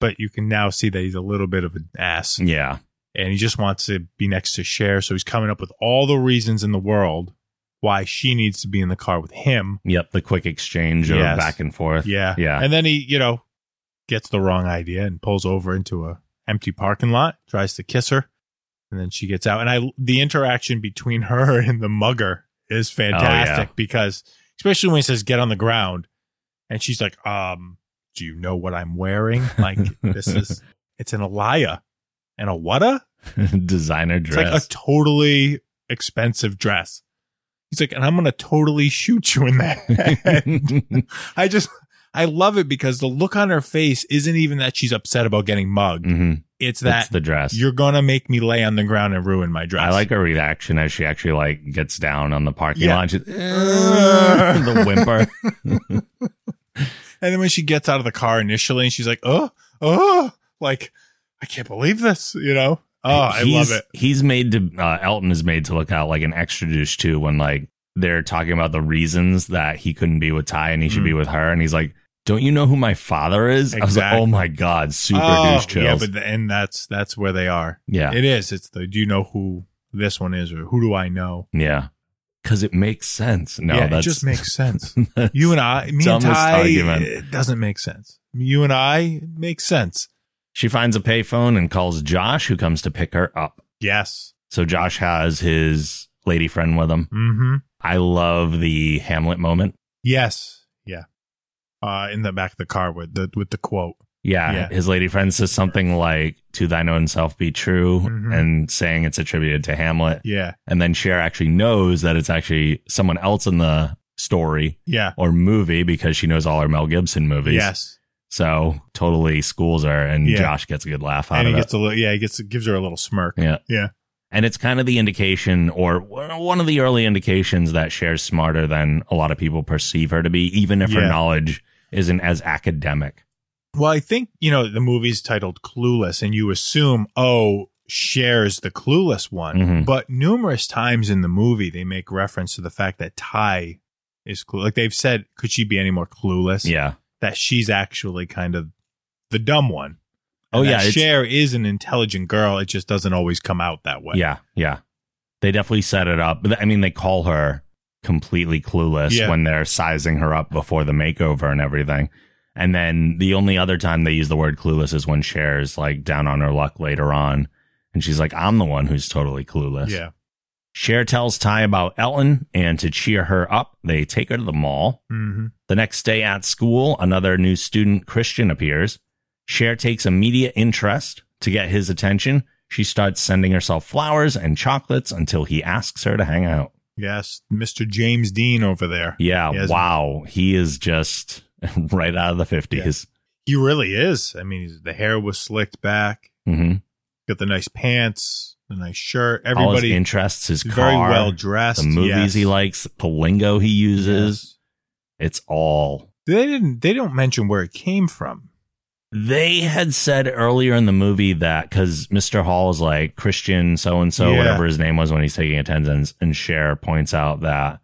Speaker 2: but you can now see that he's a little bit of an ass
Speaker 1: Yeah.
Speaker 2: and he just wants to be next to Cher. So he's coming up with all the reasons in the world why she needs to be in the car with him.
Speaker 1: Yep. The quick exchange
Speaker 2: Yes.
Speaker 1: of back and forth.
Speaker 2: Yeah.
Speaker 1: Yeah.
Speaker 2: And then he, you know, gets the wrong idea and pulls over into a empty parking lot, tries to kiss her, and then she gets out. And I the interaction between her and the mugger is
Speaker 1: Oh,
Speaker 2: fantastic because especially when he says get on the ground and she's like, um, do you know what I'm wearing? Like this is it's an Alaya and a whata?
Speaker 1: Designer
Speaker 2: It's
Speaker 1: dress.
Speaker 2: like a totally expensive dress. He's like, and I'm gonna totally shoot you in the head.
Speaker 1: Mm-hmm.
Speaker 2: I just I love it because the look on her face isn't even that she's upset about getting mugged.
Speaker 1: hmm
Speaker 2: It's
Speaker 1: That's
Speaker 2: that
Speaker 1: the dress.
Speaker 2: you're gonna make me lay on the ground and ruin my dress.
Speaker 1: I like her reaction as she actually like gets down on the parking
Speaker 2: Yeah.
Speaker 1: lot. She's, the whimper.
Speaker 2: And then when she gets out of the car initially and she's like, oh, oh, like I can't believe this, you know? Oh, I
Speaker 1: He's-
Speaker 2: love it.
Speaker 1: He's made to uh, Elton is made to look out like an extra douche too when like they're talking about the reasons that he couldn't be with Ty and he should
Speaker 2: Mm.
Speaker 1: be with her, and he's like, "Don't you know who my father is?" I was like,
Speaker 2: Exactly.
Speaker 1: "Oh my god, super
Speaker 2: Oh,
Speaker 1: douche
Speaker 2: Yeah,
Speaker 1: chills." Yeah,
Speaker 2: but the, and that's that's where they are.
Speaker 1: yeah,
Speaker 2: It is. It's the do you know who this one is or who do I know?
Speaker 1: because it makes sense. No,
Speaker 2: yeah,
Speaker 1: that's
Speaker 2: it just makes sense. you and I, me and
Speaker 1: Dumbest
Speaker 2: Ty,
Speaker 1: argument.
Speaker 2: it doesn't make sense. You and I makes sense.
Speaker 1: She finds a payphone and calls Josh, who comes to pick her up.
Speaker 2: Yes.
Speaker 1: So Josh has his lady friend with him.
Speaker 2: Mm-hmm.
Speaker 1: I love the Hamlet moment.
Speaker 2: Yes. Yeah. Uh, in the back of the car with the with the quote.
Speaker 1: Yeah,
Speaker 2: Yeah.
Speaker 1: his lady friend says something like "To thine own self be true,"
Speaker 2: Mhm.
Speaker 1: and saying it's attributed to Hamlet.
Speaker 2: Yeah.
Speaker 1: And then Cher actually knows that it's actually someone else in the story
Speaker 2: Yeah.
Speaker 1: or movie because she knows all her Mel Gibson movies.
Speaker 2: Yes.
Speaker 1: So totally schools her, and
Speaker 2: Yeah.
Speaker 1: Josh gets a good laugh out
Speaker 2: And he
Speaker 1: of it.
Speaker 2: gets a little. Yeah. He gets gives her a little smirk.
Speaker 1: yeah,
Speaker 2: Yeah.
Speaker 1: And it's kind of the indication or one of the early indications that Cher's smarter than a lot of people perceive her to be, even if her
Speaker 2: Yeah.
Speaker 1: knowledge isn't as academic.
Speaker 2: Well, I think, you know, the movie's titled Clueless, and you assume, oh, Cher's the clueless one.
Speaker 1: Mhm.
Speaker 2: But numerous times in the movie, they make reference to the fact that Ty is clueless. Like they've said, could she be any more clueless?
Speaker 1: Yeah.
Speaker 2: That she's actually kind of the dumb one.
Speaker 1: Oh,
Speaker 2: And
Speaker 1: yeah,
Speaker 2: that
Speaker 1: it's-
Speaker 2: Cher is an intelligent girl. It just doesn't always come out that way.
Speaker 1: Yeah. Yeah. They definitely set it up. But I mean, they call her completely clueless
Speaker 2: Yeah.
Speaker 1: when they're sizing her up before the makeover and everything. And then the only other time they use the word clueless is when Cher's like down on her luck later on. And she's like, I'm the one who's totally clueless.
Speaker 2: Yeah.
Speaker 1: Cher tells Ty about Ellen, and to cheer her up, they take her to the mall.
Speaker 2: hmm
Speaker 1: The next day at school, another new student, Christian, appears. Cher takes immediate interest to get his attention. She starts sending herself flowers and chocolates until he asks her to hang out.
Speaker 2: Yes. Mr. James Dean over there.
Speaker 1: Yeah,
Speaker 2: Yes.
Speaker 1: wow. He is just right out of the 50s.
Speaker 2: He really is. I mean, he's- the hair was slicked back,
Speaker 1: hmm
Speaker 2: got the nice pants, the nice shirt.
Speaker 1: All his
Speaker 2: Everybody
Speaker 1: interests, his
Speaker 2: He's
Speaker 1: car,
Speaker 2: very well dressed.
Speaker 1: the movies
Speaker 2: yes.
Speaker 1: he likes, the lingo he uses.
Speaker 2: Yes.
Speaker 1: It's all
Speaker 2: They didn't. They don't mention where it came from.
Speaker 1: They had said earlier in the movie that because Mr. Hall is like Christian so and so,
Speaker 2: Yeah.
Speaker 1: whatever his name was when he's taking attendance, and Cher points out that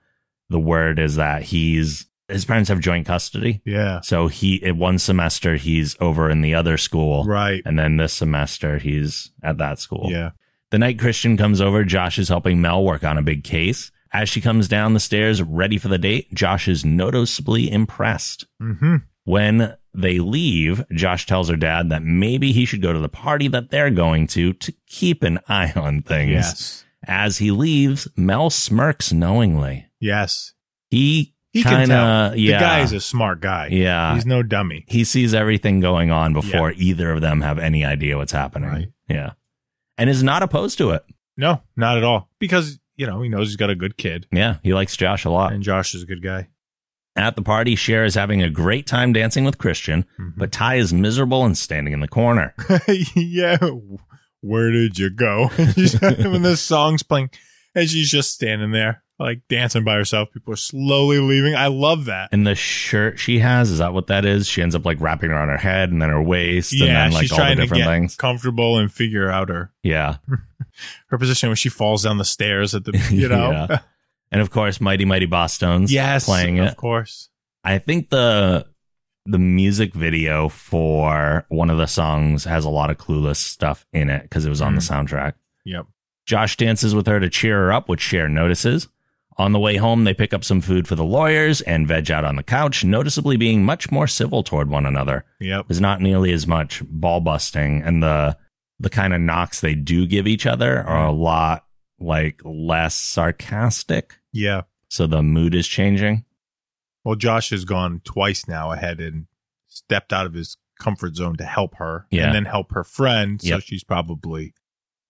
Speaker 1: the word is that he's his parents have joint custody.
Speaker 2: Yeah.
Speaker 1: So he at one semester he's over in the other school.
Speaker 2: Right.
Speaker 1: And then this semester he's at that school.
Speaker 2: Yeah.
Speaker 1: The night Christian comes over, Josh is helping Mel work on a big case. As she comes down the stairs ready for the date, Josh is noticeably impressed.
Speaker 2: Mm-hmm.
Speaker 1: When they leave, Josh tells her dad that maybe he should go to the party that they're going to to keep an eye on things.
Speaker 2: Yes.
Speaker 1: As he leaves, Mel smirks knowingly.
Speaker 2: Yes.
Speaker 1: He,
Speaker 2: He can
Speaker 1: kind
Speaker 2: tell.
Speaker 1: of yeah
Speaker 2: The guy is a smart guy.
Speaker 1: yeah
Speaker 2: He's no dummy.
Speaker 1: he sees everything going on before either of them have any idea what's happening.
Speaker 2: Right.
Speaker 1: Yeah, and is not opposed to it.
Speaker 2: No, not at all. Because you know he knows he's got a good kid,
Speaker 1: Yeah, he likes Josh a lot.
Speaker 2: and Josh is a good guy.
Speaker 1: At the party, Cher is having a great time dancing with Christian,
Speaker 2: Mhm.
Speaker 1: but Ty is miserable and standing in the corner.
Speaker 2: yeah. Where did you go? She's- when the song's playing, and she's just standing there like dancing by herself. People are slowly leaving. I love that.
Speaker 1: And the shirt she has, is that what that is? She ends up like wrapping it around her head and then her waist and
Speaker 2: yeah,
Speaker 1: then like
Speaker 2: she's
Speaker 1: all the
Speaker 2: trying to
Speaker 1: different
Speaker 2: get
Speaker 1: things.
Speaker 2: comfortable and figure out her
Speaker 1: Yeah.
Speaker 2: her position when she falls down the stairs at the you know
Speaker 1: Yeah. And of course, Mighty Mighty Boss Stones
Speaker 2: yes
Speaker 1: playing
Speaker 2: of
Speaker 1: it.
Speaker 2: course
Speaker 1: I think the the music video for one of the songs has a lot of clueless stuff in it because it was on
Speaker 2: Mm.
Speaker 1: the soundtrack.
Speaker 2: yep
Speaker 1: Josh dances with her to cheer her up, which Cher notices. On the way home, they pick up some food for the lawyers and veg out on the couch, noticeably being much more civil toward one another.
Speaker 2: yep
Speaker 1: is not nearly as much ball busting and the the kind of knocks they do give each other are a lot like less sarcastic
Speaker 2: yeah
Speaker 1: so the mood is changing
Speaker 2: well Josh has gone twice now ahead and stepped out of his comfort zone to help her
Speaker 1: Yeah.
Speaker 2: and then help her friend so
Speaker 1: Yep.
Speaker 2: she's probably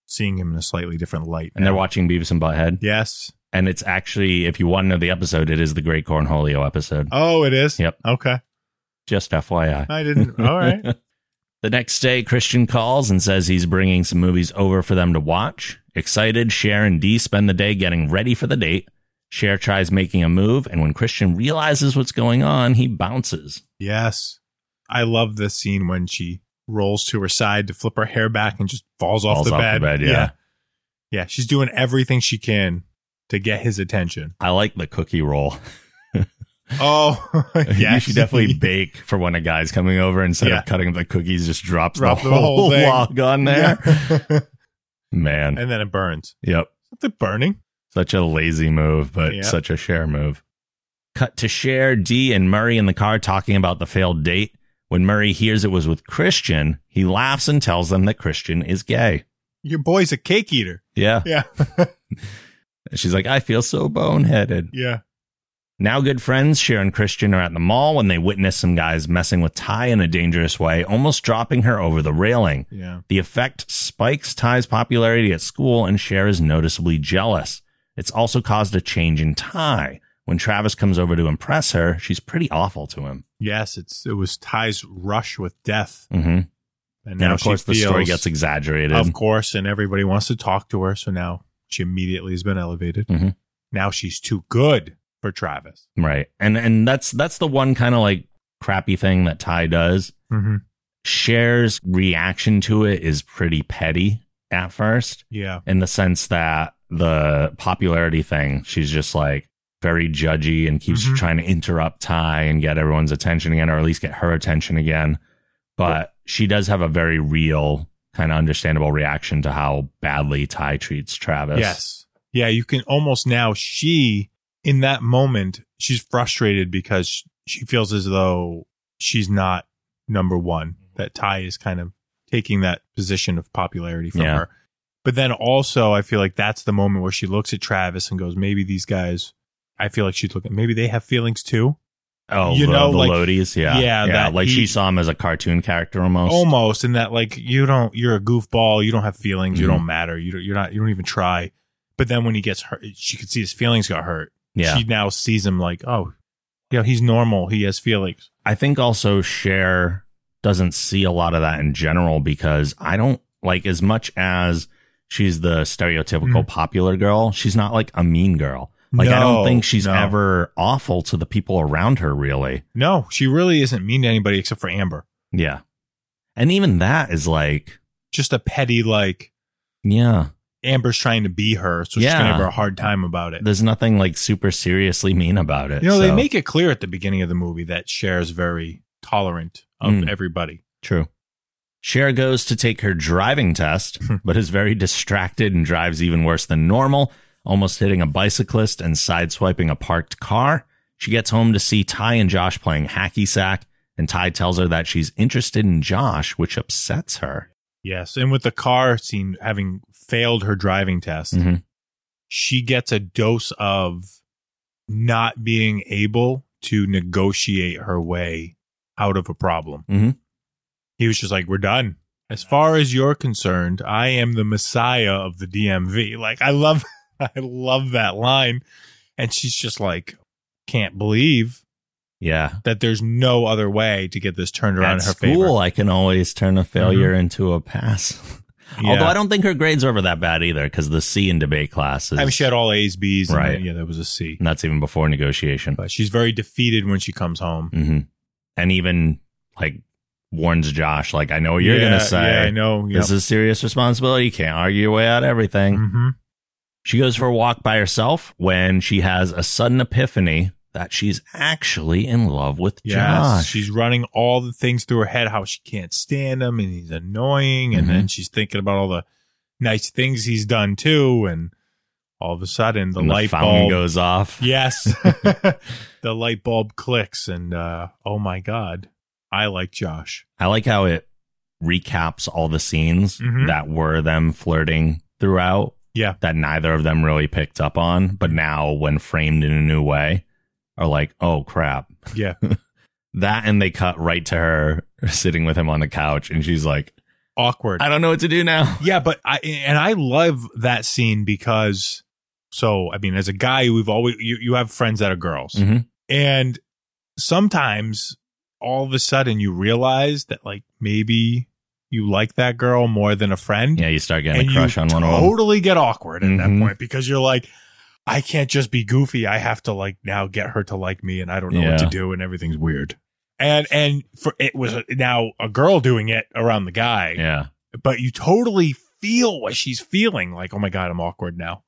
Speaker 2: seeing him in a slightly different light
Speaker 1: and
Speaker 2: now.
Speaker 1: they're watching beavis and butthead
Speaker 2: yes
Speaker 1: and it's actually if you want to know the episode it is the great cornholio episode
Speaker 2: oh it is
Speaker 1: Yep.
Speaker 2: okay
Speaker 1: just fyi
Speaker 2: I didn't all right
Speaker 1: the next day christian calls and says he's bringing some movies over for them to watch excited cher and dee spend the day getting ready for the date cher tries making a move and when christian realizes what's going on he bounces
Speaker 2: yes I love this scene when she rolls to her side to flip her hair back and just falls off,
Speaker 1: Falls
Speaker 2: the,
Speaker 1: off
Speaker 2: bed.
Speaker 1: the bed, yeah.
Speaker 2: Yeah, she's doing everything she can to get his attention.
Speaker 1: I like the cookie roll.
Speaker 2: Oh, yeah.
Speaker 1: you should definitely bake for when a guy's coming over instead
Speaker 2: Yeah.
Speaker 1: of cutting the cookies, just drops
Speaker 2: Drop
Speaker 1: the, whole,
Speaker 2: thing.
Speaker 1: log on there.
Speaker 2: Yeah.
Speaker 1: Man,
Speaker 2: and then it burns.
Speaker 1: yep,
Speaker 2: Is it burning?
Speaker 1: such a lazy move, but
Speaker 2: Yeah.
Speaker 1: such a share move. Cut to Cher, Dee, and Murray in the car talking about the failed date. When Murray hears it was with Christian, he laughs and tells them that Christian is gay.
Speaker 2: Your boy's a cake eater.
Speaker 1: Yeah,
Speaker 2: Yeah.
Speaker 1: she's like, I feel so boneheaded.
Speaker 2: yeah.
Speaker 1: Now good friends, Cher and Christian are at the mall when they witness some guys messing with Ty in a dangerous way, almost dropping her over the railing.
Speaker 2: Yeah.
Speaker 1: The effect spikes Ty's popularity at school and Cher is noticeably jealous. It's also caused a change in Ty. When Travis comes over to impress her, she's pretty awful to him.
Speaker 2: Yes, it's it was Ty's rush with death
Speaker 1: Mm-hmm.
Speaker 2: And,
Speaker 1: And
Speaker 2: now
Speaker 1: of course,
Speaker 2: she
Speaker 1: the story
Speaker 2: feels-
Speaker 1: gets exaggerated.
Speaker 2: Of course, and everybody wants to talk to her. So now she immediately has been elevated.
Speaker 1: Mhm.
Speaker 2: Now she's too good for Travis.
Speaker 1: Right. And and that's that's the one kind of like crappy thing that Ty does.
Speaker 2: Mm-hmm.
Speaker 1: Cher's reaction to it is pretty petty at first,
Speaker 2: Yeah.
Speaker 1: in the sense that the popularity thing, she's just like very judgy and keeps
Speaker 2: Mhm.
Speaker 1: trying to interrupt Ty and get everyone's attention again, or at least get her attention again. But she does have a very real, kind of understandable reaction to how badly Ty treats Travis.
Speaker 2: Yes. Yeah. You can almost now, she, in that moment, she's frustrated because sh- she feels as though she's not number one, that Ty is kind of taking that position of popularity from
Speaker 1: Yeah.
Speaker 2: her. But then also, I feel like that's the moment where she looks at Travis and goes, maybe these guys, I feel like she's looking, maybe they have feelings too.
Speaker 1: Oh,
Speaker 2: You
Speaker 1: the,
Speaker 2: know,
Speaker 1: the
Speaker 2: like-
Speaker 1: Lodies. Yeah.
Speaker 2: yeah, that
Speaker 1: like
Speaker 2: he-
Speaker 1: she saw him as a cartoon character almost.
Speaker 2: almost in that like you don't you're a goofball you don't have feelings you
Speaker 1: Mhm.
Speaker 2: don't matter you don't, you're not you don't even try but then when he gets hurt she could see his feelings got hurt
Speaker 1: yeah.
Speaker 2: she now sees him like oh you know he's normal he has feelings
Speaker 1: I think also Cher doesn't see a lot of that in general because I don't like as much as she's the stereotypical popular girl, she's not like a mean girl. Like I
Speaker 2: Mm-hmm. No,
Speaker 1: don't think she's
Speaker 2: no.
Speaker 1: ever awful to the people around her really.
Speaker 2: no she really isn't mean to anybody except for amber
Speaker 1: Yeah. And even that is like,
Speaker 2: just a petty like
Speaker 1: yeah,
Speaker 2: amber's trying to be her so she's
Speaker 1: Yeah.
Speaker 2: gonna have her a hard time about it
Speaker 1: there's nothing like super seriously mean about it.
Speaker 2: you know they
Speaker 1: so-
Speaker 2: make it clear at the beginning of the movie that shares very tolerant of
Speaker 1: Mm.
Speaker 2: everybody
Speaker 1: True. Cher goes to take her driving test,
Speaker 2: Hmm.
Speaker 1: but is very distracted and drives even worse than normal, almost hitting a bicyclist and sideswiping a parked car. She gets home to see Ty and Josh playing hacky sack, and Ty tells her that she's interested in Josh, which upsets her.
Speaker 2: yes and with the car scene having failed her driving test
Speaker 1: Mhm.
Speaker 2: she gets a dose of not being able to negotiate her way out of a problem.
Speaker 1: Mhm.
Speaker 2: He was just like, "We're done." As far as you're concerned, I am the messiah of the DMV. Like, I love, I love that line, and she's just like, can't believe
Speaker 1: Yeah.
Speaker 2: that there's no other way to get this turned around
Speaker 1: At
Speaker 2: in her
Speaker 1: school,
Speaker 2: favor. Mm-hmm.
Speaker 1: I can always turn a failure into a pass. Although
Speaker 2: Yeah.
Speaker 1: I don't think her grades were ever that bad either, because the C in debate class is.
Speaker 2: I mean, she had all A's, B's, and
Speaker 1: Right.
Speaker 2: then, yeah, there was a C.
Speaker 1: and that's even before negotiation.
Speaker 2: But she's very defeated when she comes home.
Speaker 1: hmm And even like warns Josh, like, I know what Oh, you're
Speaker 2: Yeah,
Speaker 1: going to say.
Speaker 2: yeah, I know. Yep.
Speaker 1: This is serious responsibility. You can't argue your way out of everything.
Speaker 2: Mhm.
Speaker 1: She goes for a walk by herself when she has a sudden epiphany that she's actually in love with
Speaker 2: Yes,
Speaker 1: Josh.
Speaker 2: she's running all the things through her head how she can't stand him and he's annoying, and
Speaker 1: Mhm.
Speaker 2: then she's thinking about all the nice things he's done too, and all of a sudden the
Speaker 1: And
Speaker 2: light
Speaker 1: fountain
Speaker 2: bulb
Speaker 1: goes off.
Speaker 2: yes, the light bulb clicks, and uh, oh my god, I like Josh.
Speaker 1: I like how it recaps all the scenes
Speaker 2: Mhm.
Speaker 1: that were them flirting throughout.
Speaker 2: Yeah.
Speaker 1: That neither of them really picked up on, but now when framed in a new way, are like, oh crap.
Speaker 2: Yeah.
Speaker 1: that and they cut right to her sitting with him on the couch and she's like,
Speaker 2: Awkward.
Speaker 1: I don't know what to do now.
Speaker 2: Yeah, but I and I love that scene because so I mean, as a guy, we've always you, you have friends that are girls,
Speaker 1: Mhm.
Speaker 2: and sometimes all of a sudden you realize that like maybe you like that girl more than a friend,
Speaker 1: Yeah, you start getting
Speaker 2: And
Speaker 1: a
Speaker 2: you
Speaker 1: crush on one of them.
Speaker 2: totally get awkward at
Speaker 1: Mhm.
Speaker 2: that point because you're like. I can't just be goofy. I have to like now get her to like me and I don't know what to
Speaker 1: Yeah.
Speaker 2: do and everything's weird. And and for it was now a girl doing it around the guy
Speaker 1: Yeah.
Speaker 2: but you totally feel what she's feeling like oh my god i'm awkward now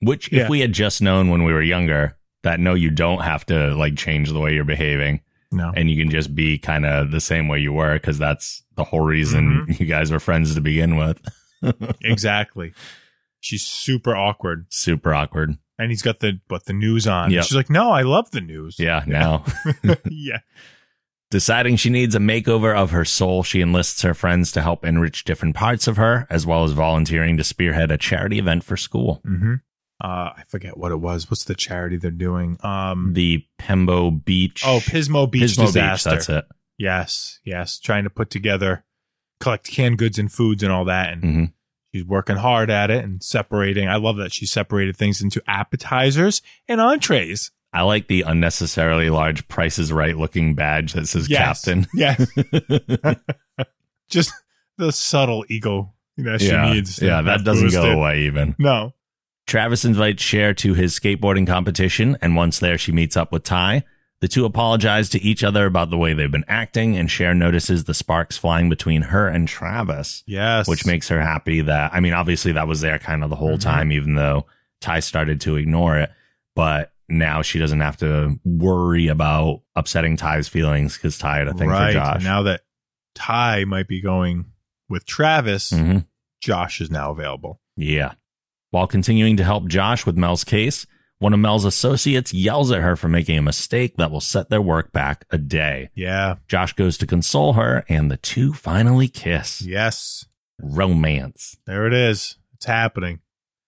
Speaker 1: Which
Speaker 2: Yeah.
Speaker 1: if we had just known when we were younger that no, you don't have to like change the way you're behaving
Speaker 2: no
Speaker 1: and you can just be kind of the same way you were because that's the whole reason
Speaker 2: Mm-hmm.
Speaker 1: you guys were friends to begin with.
Speaker 2: exactly she's super awkward
Speaker 1: Super awkward.
Speaker 2: and he's got the but the news on
Speaker 1: Yep.
Speaker 2: she's like no i love the news
Speaker 1: Yeah, now.
Speaker 2: yeah
Speaker 1: Deciding she needs a makeover of her soul, she enlists her friends to help enrich different parts of her, as well as volunteering to spearhead a charity event for school.
Speaker 2: mm-hmm. uh i forget what it was what's the charity they're doing um
Speaker 1: The Pembo Beach.
Speaker 2: oh pismo beach
Speaker 1: Pismo
Speaker 2: disaster
Speaker 1: Beach. That's it.
Speaker 2: yes yes trying to put together collect canned goods and foods and all that and
Speaker 1: Mhm.
Speaker 2: she's working hard at it and separating i love that she separated things into appetizers and entrees
Speaker 1: I like the unnecessarily large Price is Right looking badge that says
Speaker 2: Yes.
Speaker 1: Captain.
Speaker 2: Yes. Just the subtle ego that she
Speaker 1: yeah,
Speaker 2: needs. to
Speaker 1: yeah, that doesn't
Speaker 2: boost
Speaker 1: go
Speaker 2: it.
Speaker 1: away even.
Speaker 2: No.
Speaker 1: Travis invites Cher to his skateboarding competition, and once there, she meets up with Ty. The two apologize to each other about the way they've been acting, and Cher notices the sparks flying between her and Travis,
Speaker 2: Yes.
Speaker 1: which makes her happy that, I mean, obviously that was there kind of the whole
Speaker 2: Mhm.
Speaker 1: time, even though Ty started to ignore it. But now she doesn't have to worry about upsetting Ty's feelings because Ty had a thing
Speaker 2: right
Speaker 1: for Josh.
Speaker 2: now that Ty might be going with Travis,
Speaker 1: Mhm.
Speaker 2: Josh is now available.
Speaker 1: Yeah. While continuing to help Josh with Mel's case, one of Mel's associates yells at her for making a mistake that will set their work back a day.
Speaker 2: Yeah.
Speaker 1: Josh goes to console her, and the two finally kiss.
Speaker 2: Yes.
Speaker 1: Romance.
Speaker 2: There it is. It's happening.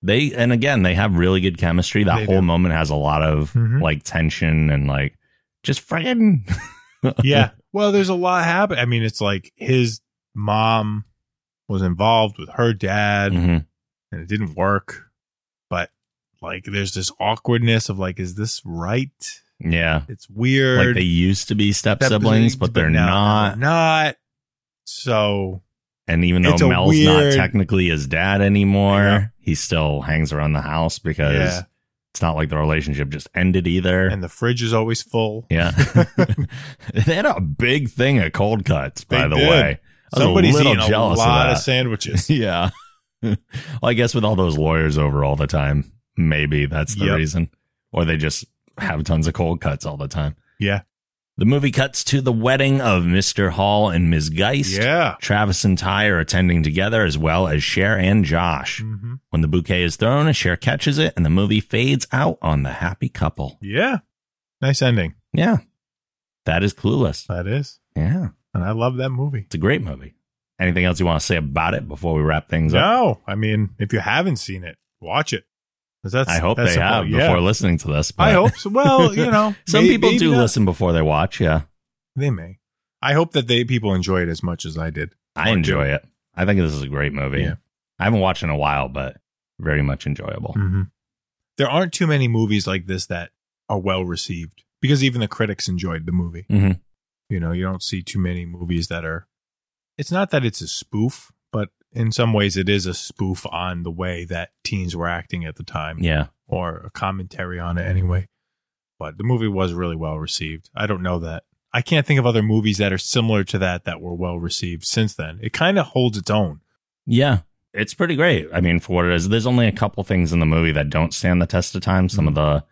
Speaker 1: They and again, they have really good chemistry. That
Speaker 2: They
Speaker 1: whole
Speaker 2: do.
Speaker 1: moment has a lot of
Speaker 2: Mhm.
Speaker 1: like tension and like just friggin'
Speaker 2: yeah. Well, there's a lot happen. I mean, it's like his mom was involved with her dad
Speaker 1: Mhm.
Speaker 2: and it didn't work. But like there's this awkwardness of like, is this right?
Speaker 1: yeah.
Speaker 2: It's weird.
Speaker 1: Like they used to be step
Speaker 2: That-
Speaker 1: siblings, but they're
Speaker 2: no,
Speaker 1: not.
Speaker 2: they're not. So
Speaker 1: And even though
Speaker 2: It's a
Speaker 1: Mel's not
Speaker 2: weird-
Speaker 1: technically his dad anymore,
Speaker 2: Yeah.
Speaker 1: he still hangs around the house because
Speaker 2: Yeah.
Speaker 1: it's not like the relationship just ended either.
Speaker 2: and the fridge is always full.
Speaker 1: yeah. they had a big thing of cold cuts, by
Speaker 2: They
Speaker 1: the
Speaker 2: did.
Speaker 1: way. I was
Speaker 2: Somebody's
Speaker 1: a little
Speaker 2: eating a
Speaker 1: jealous
Speaker 2: lot
Speaker 1: of
Speaker 2: of,
Speaker 1: that.
Speaker 2: sandwiches.
Speaker 1: yeah. well, I guess with all those lawyers over all the time, maybe that's the
Speaker 2: Yep.
Speaker 1: reason. Or they just have tons of cold cuts all the time.
Speaker 2: Yeah.
Speaker 1: The movie cuts to the wedding of Mr. Hall and Ms. Geist.
Speaker 2: yeah.
Speaker 1: Travis and Ty are attending together as well as Cher and Josh.
Speaker 2: hmm
Speaker 1: When the bouquet is thrown, Cher catches it and the movie fades out on the happy couple.
Speaker 2: Yeah. Nice ending.
Speaker 1: Yeah. That is clueless.
Speaker 2: That is.
Speaker 1: Yeah.
Speaker 2: And I love that movie.
Speaker 1: It's a great movie. Anything else you want to say about it before we wrap things up?
Speaker 2: No, I mean, if you haven't seen it, watch it. 'Cause That's,
Speaker 1: I hope
Speaker 2: that's
Speaker 1: they
Speaker 2: the
Speaker 1: have
Speaker 2: point, yeah.
Speaker 1: before listening to this.
Speaker 2: I
Speaker 1: but-
Speaker 2: hope so. Well, you know,
Speaker 1: Some
Speaker 2: may-
Speaker 1: people
Speaker 2: maybe
Speaker 1: do
Speaker 2: not.
Speaker 1: listen before they watch. Yeah.
Speaker 2: They may. I hope that they people enjoy it as much as I did.
Speaker 1: I
Speaker 2: Or
Speaker 1: enjoy
Speaker 2: do.
Speaker 1: it. I think this is a great movie.
Speaker 2: Yeah.
Speaker 1: I haven't watched in a while, but very much enjoyable.
Speaker 2: Mm. There aren't too many movies like this that are well received because even the critics enjoyed the movie.
Speaker 1: Mhm.
Speaker 2: You know, you don't see too many movies that are. It's not that it's a spoof, but in some ways it is a spoof on the way that teens were acting at the time.
Speaker 1: Yeah.
Speaker 2: or a commentary on it anyway. But the movie was really well received. I don't know that. I can't think of other movies that are similar to that that were well received since then. It kind of holds its own.
Speaker 1: Yeah. It's pretty great. I mean, for what it is, there's only a couple things in the movie that don't stand the test of time. Some of the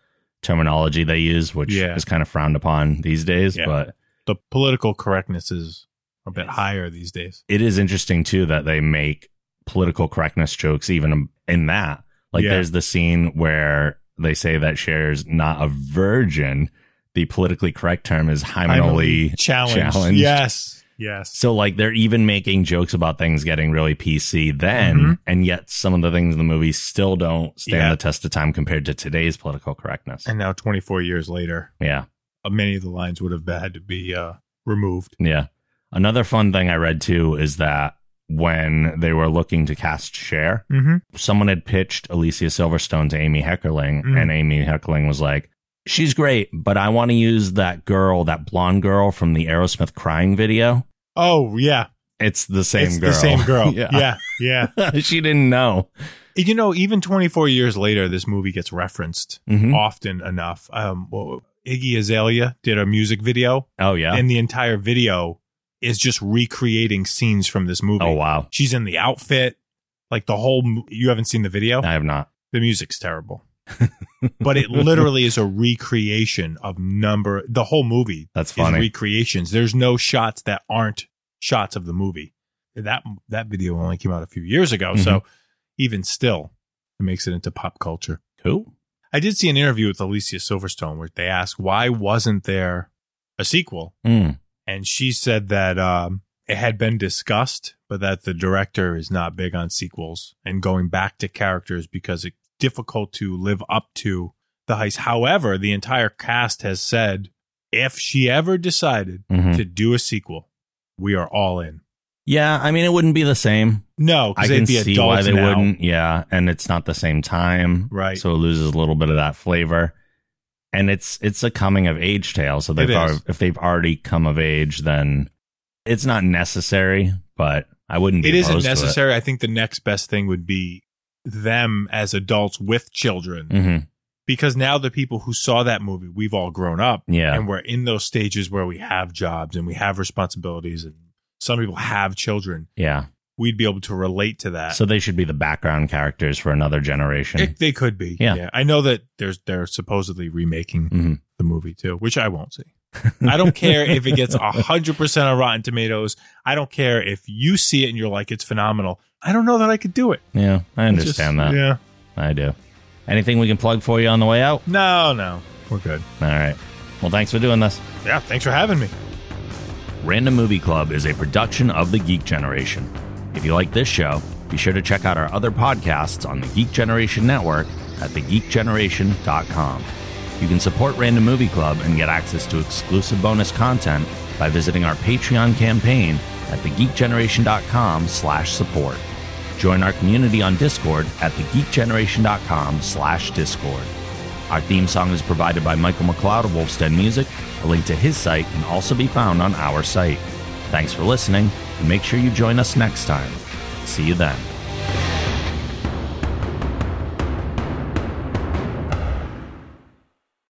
Speaker 1: terminology they use, which
Speaker 2: Mm-hmm. Yeah.
Speaker 1: is kind of frowned upon these days,
Speaker 2: Yeah.
Speaker 1: but
Speaker 2: The political correctness is a bit
Speaker 1: Yes.
Speaker 2: higher these days.
Speaker 1: it is interesting too that they make political correctness jokes even in that. Like,
Speaker 2: Yeah.
Speaker 1: there's the scene where they say that Cher's not a virgin. The politically correct term is hymenally.
Speaker 2: challenged.
Speaker 1: challenged.
Speaker 2: Yes. Yes.
Speaker 1: So, like, they're even making jokes about things getting really PC then,
Speaker 2: Mhm.
Speaker 1: and yet some of the things in the movie still don't stand
Speaker 2: Yeah.
Speaker 1: the test of time compared to today's political correctness.
Speaker 2: And now, 24 years later,
Speaker 1: yeah.
Speaker 2: uh, many of the lines would have had to be uh, removed.
Speaker 1: Yeah. Another fun thing I read too is that when they were looking to cast Cher,
Speaker 2: Mm-hmm.
Speaker 1: someone had pitched Alicia Silverstone to Amy Heckerling,
Speaker 2: Mm.
Speaker 1: and Amy Heckerling was like, She's great, but I want to use that girl, that blonde girl from the Aerosmith crying video.
Speaker 2: Oh, yeah.
Speaker 1: It's the same
Speaker 2: it's
Speaker 1: girl.
Speaker 2: the same girl.
Speaker 1: yeah.
Speaker 2: yeah. Yeah.
Speaker 1: she didn't know.
Speaker 2: You know, even 24 years later, this movie gets referenced.
Speaker 1: Mhm.
Speaker 2: often enough. Um, well, Iggy Azalea did a music video,
Speaker 1: Oh, yeah.
Speaker 2: and the entire video is just recreating scenes from this movie.
Speaker 1: Oh, wow.
Speaker 2: She's in the outfit, like the whole. mo- You haven't seen the video.
Speaker 1: I have not.
Speaker 2: The music's terrible, but it literally is a recreation of number. The whole movie
Speaker 1: That's
Speaker 2: is
Speaker 1: funny.
Speaker 2: recreations. There's no shots that aren't shots of the movie. That that video only came out a few years ago, so even still, it makes it into pop culture.
Speaker 1: Cool.
Speaker 2: I did see an interview with Alicia Silverstone where they asked why wasn't there a sequel,
Speaker 1: Mm.
Speaker 2: and she said that um, it had been discussed, but that the director is not big on sequels and going back to characters because it's difficult to live up to the heist. However, the entire cast has said if she ever decided
Speaker 1: Mhm.
Speaker 2: to do a sequel, we are all in.
Speaker 1: Yeah. I mean, it wouldn't be the same.
Speaker 2: No,
Speaker 1: I
Speaker 2: because
Speaker 1: can
Speaker 2: they'd be
Speaker 1: see
Speaker 2: adults
Speaker 1: why they
Speaker 2: now.
Speaker 1: wouldn't. Yeah, and it's not the same time,
Speaker 2: Right.
Speaker 1: So it loses a little bit of that flavor, and it's it's a coming of age tale. So they've
Speaker 2: It
Speaker 1: al-
Speaker 2: is.
Speaker 1: if they've already come of age, then it's not necessary. But I wouldn't be
Speaker 2: it
Speaker 1: opposed
Speaker 2: isn't
Speaker 1: to
Speaker 2: necessary. I think the next best thing would be them as adults with children
Speaker 1: Mhm.
Speaker 2: because now the people who saw that movie, we've all grown up
Speaker 1: Yeah.
Speaker 2: and we're in those stages where we have jobs and we have responsibilities and some people have children.
Speaker 1: yeah.
Speaker 2: We'd be able to relate to that.
Speaker 1: So they should be the background characters for another generation.
Speaker 2: Uh, It- they could be.
Speaker 1: Yeah.
Speaker 2: I know that there's they're supposedly remaking
Speaker 1: Mhm.
Speaker 2: the movie too, which I won't see. I don't care if it gets 100% on Rotten Tomatoes. I don't care if you see it and you're like it's phenomenal. I don't know that I could do it.
Speaker 1: yeah, I
Speaker 2: It's
Speaker 1: understand
Speaker 2: just-
Speaker 1: that.
Speaker 2: Yeah.
Speaker 1: I do. Anything we can plug for you on the way out?
Speaker 2: No, no. We're good.
Speaker 1: All right. Well, thanks for doing this.
Speaker 2: Yeah, thanks for having me.
Speaker 1: Random Movie Club is a production of The Geek Generation. If you like this show, be sure to check out our other podcasts on the Geek Generation Network at thegeekgeneration.com. You can support Random Movie Club and get access to exclusive bonus content by visiting our Patreon campaign at thegeekgeneration.com slash support. Join our community on Discord at thegeekgeneration.com slash discord. Our theme song is provided by Michael McLeod of Wolfstead Music. A link to his site can also be found on our site. Thanks for listening, and make sure you join us next time. See you then.